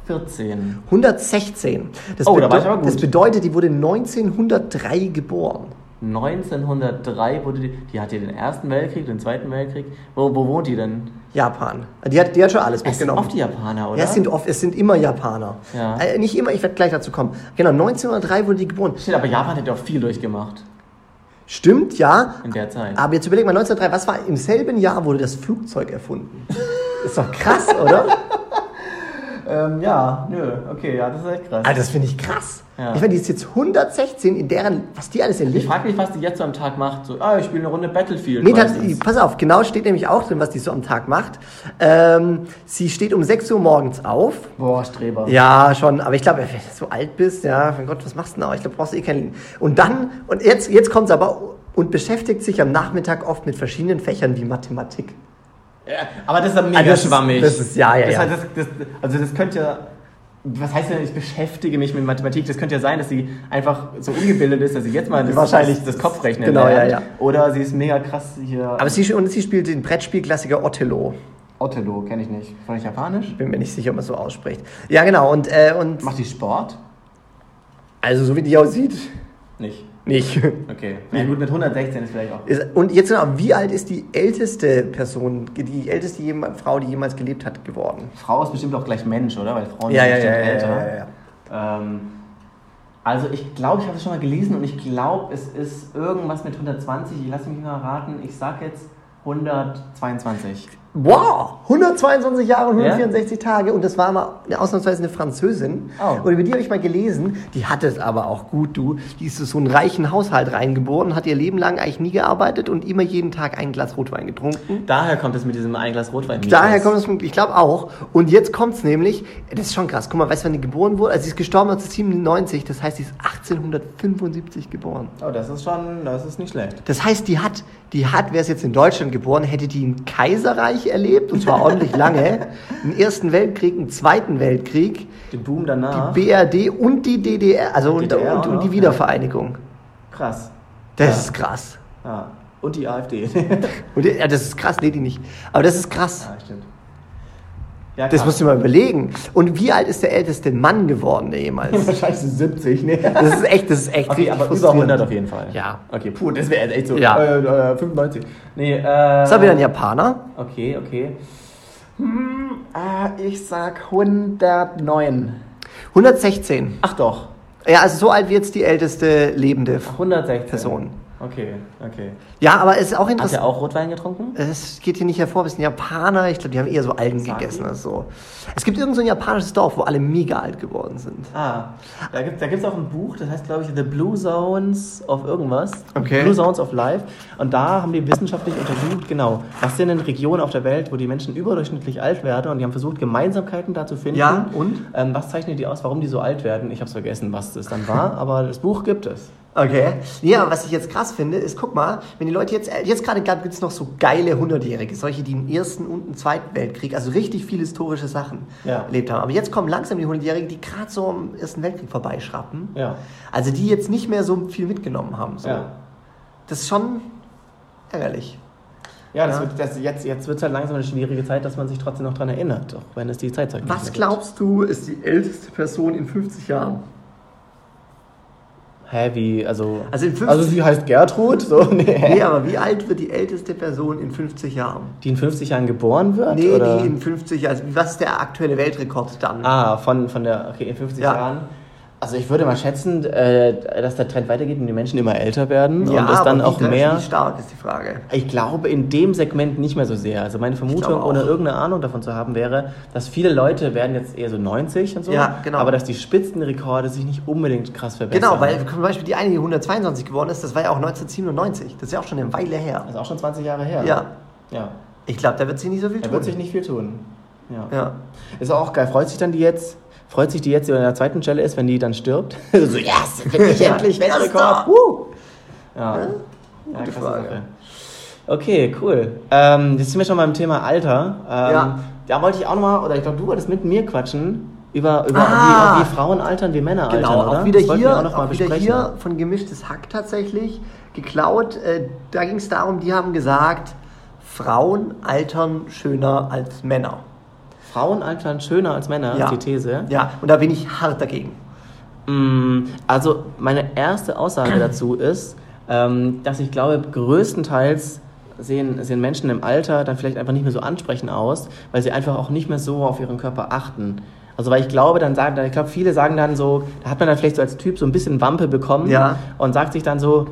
114. 116. Das, Oh, da war bedeu- ich aber gut. das bedeutet, die wurde 1903 geboren. 1903 wurde die, die hat ja den Ersten Weltkrieg, den Zweiten Weltkrieg. Wo, wo wohnt die denn? Japan. Die hat, die hat schon alles Es sind mitgenommen. oft die Japaner, oder? genau. Ja, es sind oft, es sind immer Japaner. Ja. Äh, nicht immer, ich werde gleich dazu kommen. Genau, 1903 wurde die geboren. Shit, aber Japan hat ja auch viel durchgemacht Stimmt, ja. in der Zeit. Aber jetzt überleg mal, 1903, was war im selben Jahr wurde das Flugzeug erfunden? Ist doch krass, oder? Ähm, ja, nö, okay, ja, das ist echt krass. Ah, das finde ich krass. Ja. Ich meine, die ist jetzt 116 in deren, was die alles ich erlebt. frage mich, was die jetzt so am Tag macht. So, ah, ich spiele eine Runde Battlefield. Nee, das, meistens. pass auf, genau steht nämlich auch drin, was die so am Tag macht. Ähm, sie steht um 6 Uhr morgens auf. Boah, Streber. Ja, schon, aber ich glaube, wenn du so alt bist, ja, mein Gott, was machst du denn auch? Ich glaube, brauchst du eh keinen. Und dann, und jetzt, jetzt kommt's aber, und beschäftigt sich am Nachmittag oft mit verschiedenen Fächern wie Mathematik. Ja, aber das ist dann mega Ah, das ist- schwammig. das ist- ja, ja, Das, ja. heißt, das, das, also das könnte ja. Was heißt denn, ich beschäftige mich mit Mathematik? Das könnte ja sein, dass sie einfach so ungebildet ist, dass sie jetzt mal das, Wahrscheinlich. das, das Kopfrechnen Genau, ja, lernt. ja. Oder sie ist mega krass hier. Aber sie, und sie spielt den Brettspielklassiker Othello. Otelo kenne ich nicht. Von Japanisch? Bin mir nicht sicher, ob man es so ausspricht. Ja, genau, und, äh, und Macht die Sport? also so wie die aussieht, Nicht. nicht. Okay. Na gut, mit 116 ist vielleicht auch. Ist- Und jetzt genau, wie alt ist die älteste Person, die älteste jem- Frau, die jemals gelebt hat, geworden? Frau ist bestimmt auch gleich Mensch, oder? Weil Frauen sind bestimmt älter. Ähm, also ich glaube, ich habe es schon mal gelesen und ich glaube, es ist irgendwas mit 120. Ich lasse mich mal raten. Ich sage jetzt 122. Wow, 122 Jahre und Ja? 164 Tage und das war mal eine ausnahmsweise eine Französin. Oh. Und über die habe ich mal gelesen, die hatte es aber auch gut, du. Die ist aus so einen reichen Haushalt reingeboren, hat ihr Leben lang eigentlich nie gearbeitet und immer jeden Tag ein Glas Rotwein getrunken. Daher kommt es mit diesem ein Glas Rotwein. Daher kommt es, ich glaube auch. Und jetzt kommt es nämlich, das ist schon krass, guck mal, weißt du, wann die geboren wurde? Also sie ist gestorben 1997, das heißt, sie ist 1875 geboren. Oh, das ist schon, das ist nicht schlecht. Das heißt, die hat, die hat, wäre es jetzt in Deutschland geboren, hätte die ein Kaiserreich erlebt, und zwar ordentlich lange, einen Ersten Weltkrieg, einen Zweiten Weltkrieg, Den Boom danach. die BRD und die DDR, also und, DDR und, auch und noch, die ja. Wiedervereinigung. Krass. Das Ja. ist krass. Ja. Und die AfD. Und, ja, das ist krass, nee, die nicht. Aber das ist krass. ja, stimmt. Ja, Das krass. musst du mal überlegen. Und wie alt ist der älteste Mann geworden, der jemals? wahrscheinlich so 70, ne? Das ist echt, das ist echt Okay, richtig aber über frustrierend. 100 auf jeden Fall. Ja. Okay, puh, das wäre echt so. Ja. Äh, äh, 95. Nee, äh. Das Das war wieder ein Japaner. Okay, okay. Hm, ah, ich sag 109. 116. Ach doch, Ja, also so alt wie jetzt die älteste lebende 116. Person. Okay, okay. Ja, aber es ist auch Hat interessant. er auch Rotwein getrunken? Es geht hier nicht hervor, wir sind Japaner. Ich glaube, die haben eher so Algen Sake? gegessen oder so. Es gibt irgend so ein japanisches Dorf, wo alle mega alt geworden sind. Ah, da gibt es da gibt's auch ein Buch, das heißt, glaube ich, The Blue Zones of irgendwas. Okay. Blue Zones of Life. Und da haben die wissenschaftlich untersucht, genau, was sind denn Regionen auf der Welt, wo die Menschen überdurchschnittlich alt werden. Und die haben versucht, Gemeinsamkeiten da zu finden. Ja, und? Ähm, was zeichnet die aus, warum die so alt werden? Ich habe es vergessen, was das dann war, aber das Buch gibt es. Okay. Ja, aber was ich jetzt krass finde, ist, guck mal, wenn die Leute jetzt, jetzt gerade gibt es noch so geile Hundertjährige, solche, die im Ersten und im Zweiten Weltkrieg, also richtig viele historische Sachen Ja. erlebt haben. Aber jetzt kommen langsam die Hundertjährigen, die gerade so am Ersten Weltkrieg vorbeischrappen. Ja. Also die jetzt nicht mehr so viel mitgenommen haben. So. Ja. Das ist schon ärgerlich. Ja, das Ja. Wird, das, jetzt, jetzt wird es halt langsam eine schwierige Zeit, dass man sich trotzdem noch dran erinnert, auch wenn es die Zeitzeugen nicht Was mehr glaubst du, ist die älteste Person in 50 Jahren? gibt. Hä, wie, also. Also in 50 also sie heißt Gertrud, so, nee. Nee, aber wie alt wird die älteste Person in 50 Jahren? Die in 50 Jahren geboren wird? Nee, oder? die in 50 Jahren. Also was ist der aktuelle Weltrekord dann? Ah, von, von der, okay, in 50 Ja. Jahren. Also ich würde mal schätzen, äh, dass der Trend weitergeht und die Menschen immer älter werden und es aber dann wie auch gra- mehr. Wie stark ist die Frage? Ich glaube in dem Segment nicht mehr so sehr. Also meine Vermutung, glaube auch. ohne irgendeine Ahnung davon zu haben, wäre, dass viele Leute werden jetzt eher so 90 und so, Ja, genau. aber dass die Spitzenrekorde sich nicht unbedingt krass verbessern. Genau, weil zum Beispiel die eine, die 122 geworden ist, das war ja auch 1997. Das ist ja auch schon eine Weile her. Das ist auch schon 20 Jahre her. Ja. Ja. Ich glaube, da wird sich nicht so viel Er tun. wird sich nicht viel tun. Ja. ja. Ist auch geil. Freut sich dann die jetzt, freut sich die jetzt, die in der zweiten Stelle ist, wenn die dann stirbt? so, yes, bin ich endlich Weltrekord. Erster! Woo! Ja. ja. Gute krasse Frage. Sache. Okay, cool. Ähm, jetzt sind wir schon beim Thema Alter. Ähm, Ja. Da wollte ich auch nochmal, oder ich glaube, du wolltest mit mir quatschen, über, über Ah! wie, wie Frauen altern, wie Männer Genau, altern, oder? auch wieder das wollten hier, wir auch noch mal auch wieder besprechen. ne? hier von gemischtes Hack tatsächlich geklaut. Äh, da ging es darum, die haben gesagt, Frauen altern schöner als Männer. Frauen altern schöner als Männer, ist die These. Ja, und da bin ich hart dagegen. Mm, Also meine erste Aussage dazu ist, ähm, dass ich glaube, größtenteils sehen, sehen Menschen im Alter dann vielleicht einfach nicht mehr so ansprechend aus, weil sie einfach auch nicht mehr so auf ihren Körper achten. Also weil ich glaube, dann sagen, ich glaube, viele sagen dann so, da hat man dann vielleicht so als Typ so ein bisschen Wampe bekommen Ja. und sagt sich dann so,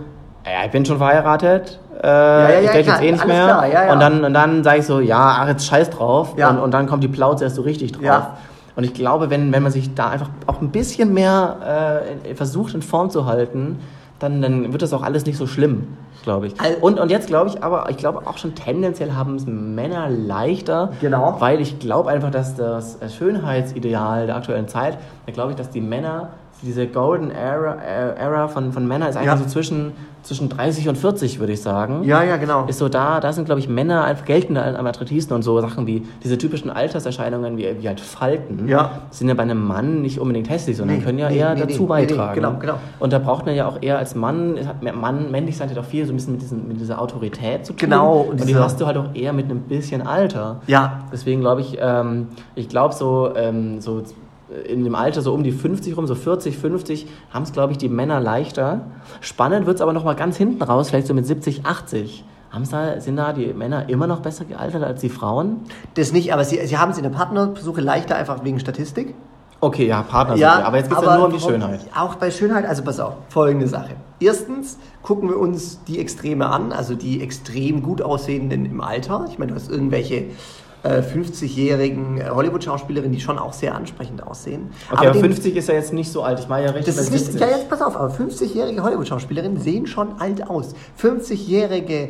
ja, ich bin schon verheiratet, äh, ja, ich ja, date jetzt klar, eh nicht alles mehr. klar, ja, ja. Und dann, und dann sage ich so, ja, ach, jetzt scheiß drauf. Ja. Und, und dann kommt die Plauze erst so richtig drauf. Ja. Und ich glaube, wenn, wenn man sich da einfach auch ein bisschen mehr äh, versucht, in Form zu halten, dann, dann wird das auch alles nicht so schlimm, glaube ich. Al- Und, und jetzt glaube ich aber, ich glaube auch schon tendenziell haben es Männer leichter. Genau. Weil ich glaube einfach, dass das Schönheitsideal der aktuellen Zeit, da glaube ich, dass die Männer, diese Golden Era, äh, Era von, von Männern ist eigentlich Ja. so zwischen, zwischen 30 und 40, würde ich sagen. Ja, ja, genau. Ist so da, da sind, glaube ich, Männer einfach gelten am attraktivsten und so Sachen wie diese typischen Alterserscheinungen wie, wie halt Falten, Ja. sind ja bei einem Mann nicht unbedingt hässlich, sondern Nee, können ja nee, eher nee, dazu nee, nee, nee, beitragen. genau, genau. Und da braucht man ja auch eher als Mann, es hat mehr- Mann männlich sein hat auch viel so ein bisschen mit, diesen, mit dieser Autorität zu tun. Genau, und Und, die diese- hast du halt auch eher mit einem bisschen Alter. Ja, Deswegen glaube ich, ähm, ich glaube so, ähm, so in dem Alter so um die 50 rum, so 40, 50, haben es, glaube ich, die Männer leichter. Spannend wird es aber nochmal ganz hinten raus, vielleicht so mit 70, 80. Haben's da, sind da die Männer immer noch besser gealtert als die Frauen? das nicht, aber sie, sie haben es in der Partnersuche leichter, einfach wegen Statistik. Okay, ja, Partner. Also, aber jetzt geht es ja aber nur um die warum- Schönheit. Auch bei Schönheit, also pass auf, folgende Sache. Erstens gucken wir uns die Extreme an, also die extrem gut aussehenden im Alter. Ich meine, du hast irgendwelche äh, 50-jährigen äh, Hollywood-Schauspielerinnen, die schon auch sehr ansprechend aussehen. Okay, aber, den- 50 ist ja jetzt nicht so alt. Ich meine ja richtig das mit ist nicht, 70. ja, jetzt pass auf, aber 50-jährige Hollywood-Schauspielerinnen sehen schon alt aus. 50-jährige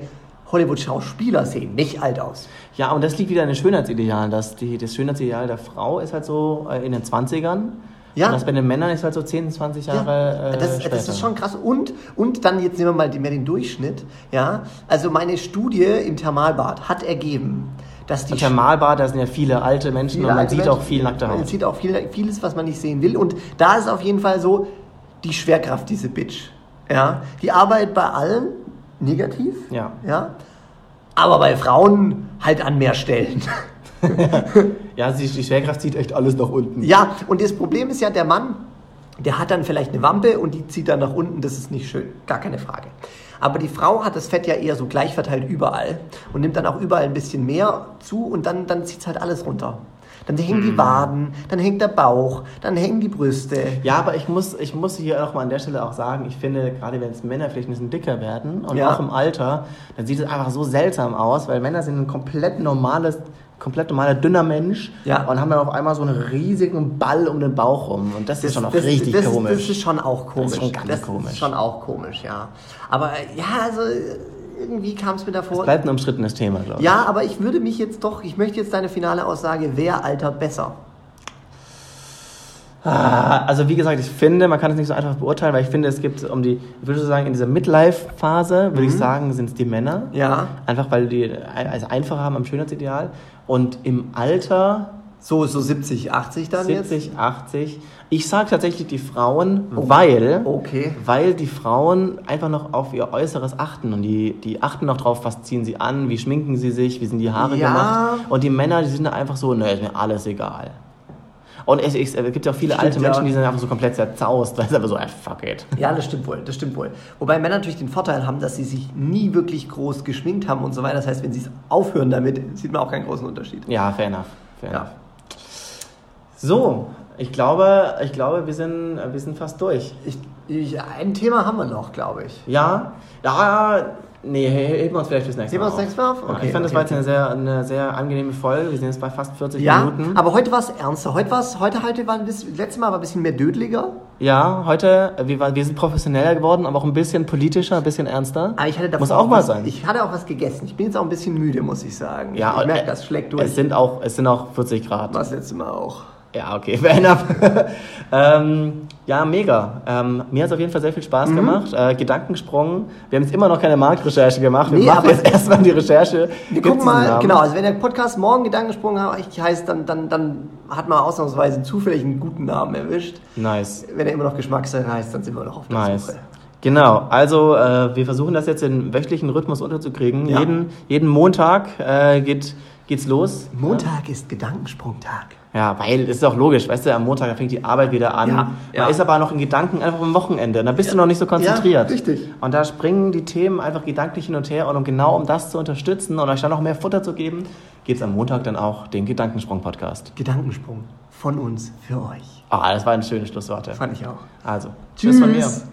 Hollywood-Schauspieler sehen nicht alt aus. Ja, und das liegt wieder an den Schönheitsidealen. Das, die, das Schönheitsideal der Frau ist halt so äh, in den 20ern. Ja. Und das bei den Männern ist halt so 10, 20 Jahre. Ja, äh, das, später. das ist schon krass. Und, und dann jetzt nehmen wir mal die- mehr den Durchschnitt. Ja, also meine Studie im Thermalbad hat ergeben, dass die Und Thermalbad, da sind ja viele alte Menschen viele und man alte sieht Menschen- auch viel nackte Man Haut. sieht auch viel, vieles, was man nicht sehen will. Und da ist auf jeden Fall so die Schwerkraft, diese Bitch. Ja, die arbeitet bei allen negativ. Ja. ja. Aber bei Frauen halt an mehr Stellen. Ja, sie- die Schwerkraft zieht echt alles nach unten. Ja, und das Problem ist ja, der Mann, der hat dann vielleicht eine Wampe und die zieht dann nach unten, das ist nicht schön, gar keine Frage. Aber die Frau hat das Fett ja eher so gleich verteilt überall und nimmt dann auch überall ein bisschen mehr zu und dann, dann zieht es halt alles runter. Dann hängen Mhm. die Waden, dann hängt der Bauch, dann hängen die Brüste. Ja, aber ich muss, ich muss hier nochmal an der Stelle auch sagen, ich finde, gerade wenn es Männer vielleicht ein bisschen dicker werden und Ja. auch im Alter, dann sieht es einfach so seltsam aus, weil Männer sind ein komplett normales, komplett normaler, dünner Mensch Ja. und haben dann auf einmal so einen riesigen Ball um den Bauch rum. Und das, ist schon auch richtig das, komisch. Das ist schon auch Das komisch. ist schon ganz komisch. ist schon auch komisch, ja. Aber äh, ja, also äh, irgendwie kam es mir davor. Bleibt ein umstrittenes Thema, glaube ich. Ja, aber ich würde mich jetzt doch, ich möchte jetzt deine finale Aussage, wer altert besser? Ah, Also wie gesagt, ich finde, man kann es nicht so einfach beurteilen, weil ich finde, es gibt um die, ich würde so sagen, in dieser Midlife-Phase, würde ich Mhm. sagen, sind es die Männer. Ja. Einfach weil die es einfacher haben am Schönheitsideal. Und im Alter So, so 70, 80 dann jetzt? Oh. 70, 80. Ich sage tatsächlich die Frauen, weil, Okay. weil die Frauen einfach noch auf ihr Äußeres achten und die, die achten noch drauf, was ziehen sie an, wie schminken sie sich, wie sind die Haare Ja. gemacht. Und die Männer, die sind da einfach so, ne, ist mir alles egal. Und es, es gibt ja auch viele Stimmt, alte Menschen, ja. die sind einfach so komplett zerzaust, weil sie einfach so, ah, fuck it. Ja, das stimmt wohl, das stimmt wohl. Wobei Männer natürlich den Vorteil haben, dass sie sich nie wirklich groß geschminkt haben und so weiter. Das heißt, wenn sie es aufhören damit, sieht man auch keinen großen Unterschied. Ja, fair enough. Fair Ja. enough. So, ich glaube, ich glaube, wir sind, wir sind fast durch. Ich, ich, ein Thema haben wir noch, glaube ich. Ja, ja, nee, he- heben wir uns vielleicht fürs nächste Heben Mal wir uns nächstes Mal auf? Ja, Okay, ich fand, das okay, war jetzt okay. eine sehr, eine sehr angenehme Folge. Wir sind jetzt bei fast 40 Ja, Minuten. aber heute war es ernster. Heute war es, heute, heute war ein bisschen, letztes Mal war ein bisschen mehr dödeliger. Ja, heute, äh, wir, waren- wir sind professioneller geworden, aber auch ein bisschen politischer, ein bisschen ernster. Aber ich hatte davor Muss auch mal was, sein. Ich hatte auch was gegessen. Ich bin jetzt auch ein bisschen müde, muss ich sagen. ja, ich merke, äh, das schlägt Es durch. sind auch, es sind auch 40 Grad. War es letztes Mal auch. Ja, okay, fair enough. ähm, ja, mega. Ähm, mir hat es auf jeden Fall sehr viel Mhm. Spaß gemacht. Äh, Gedankensprung. Wir haben jetzt immer noch keine Marktrecherche gemacht. Wir Nee, machen aber- jetzt erstmal die Recherche. Wir Gibt's gucken mal, diesen Namen? genau, also wenn der Podcast morgen Gedanken gesprungen hat, ich heißt, dann, dann, dann hat man ausnahmsweise zufällig einen guten Namen erwischt. Nice. Wenn er immer noch Geschmackssache heißt, dann sind wir noch auf der Nice. Suche. Genau, also äh, wir versuchen das jetzt in wöchentlichen Rhythmus unterzukriegen. Ja. Jeden, jeden Montag äh, geht, geht's los. Montag ist Gedankensprungtag. Ja, weil es ist auch logisch, weißt du, am Montag da fängt die Arbeit wieder an. Ja, Man ja. ist aber noch in Gedanken einfach am Wochenende. Da bist du noch nicht so konzentriert. Ja, richtig. Und da springen die Themen einfach gedanklich hin und her. Und um genau um das zu unterstützen und euch dann noch mehr Futter zu geben, gibt's am Montag dann auch den Gedankensprung-Podcast. Gedankensprung von uns für euch. Ah, das waren schöne Schlussworte. Fand ich auch. Also, tschüss von mir. Tschüss.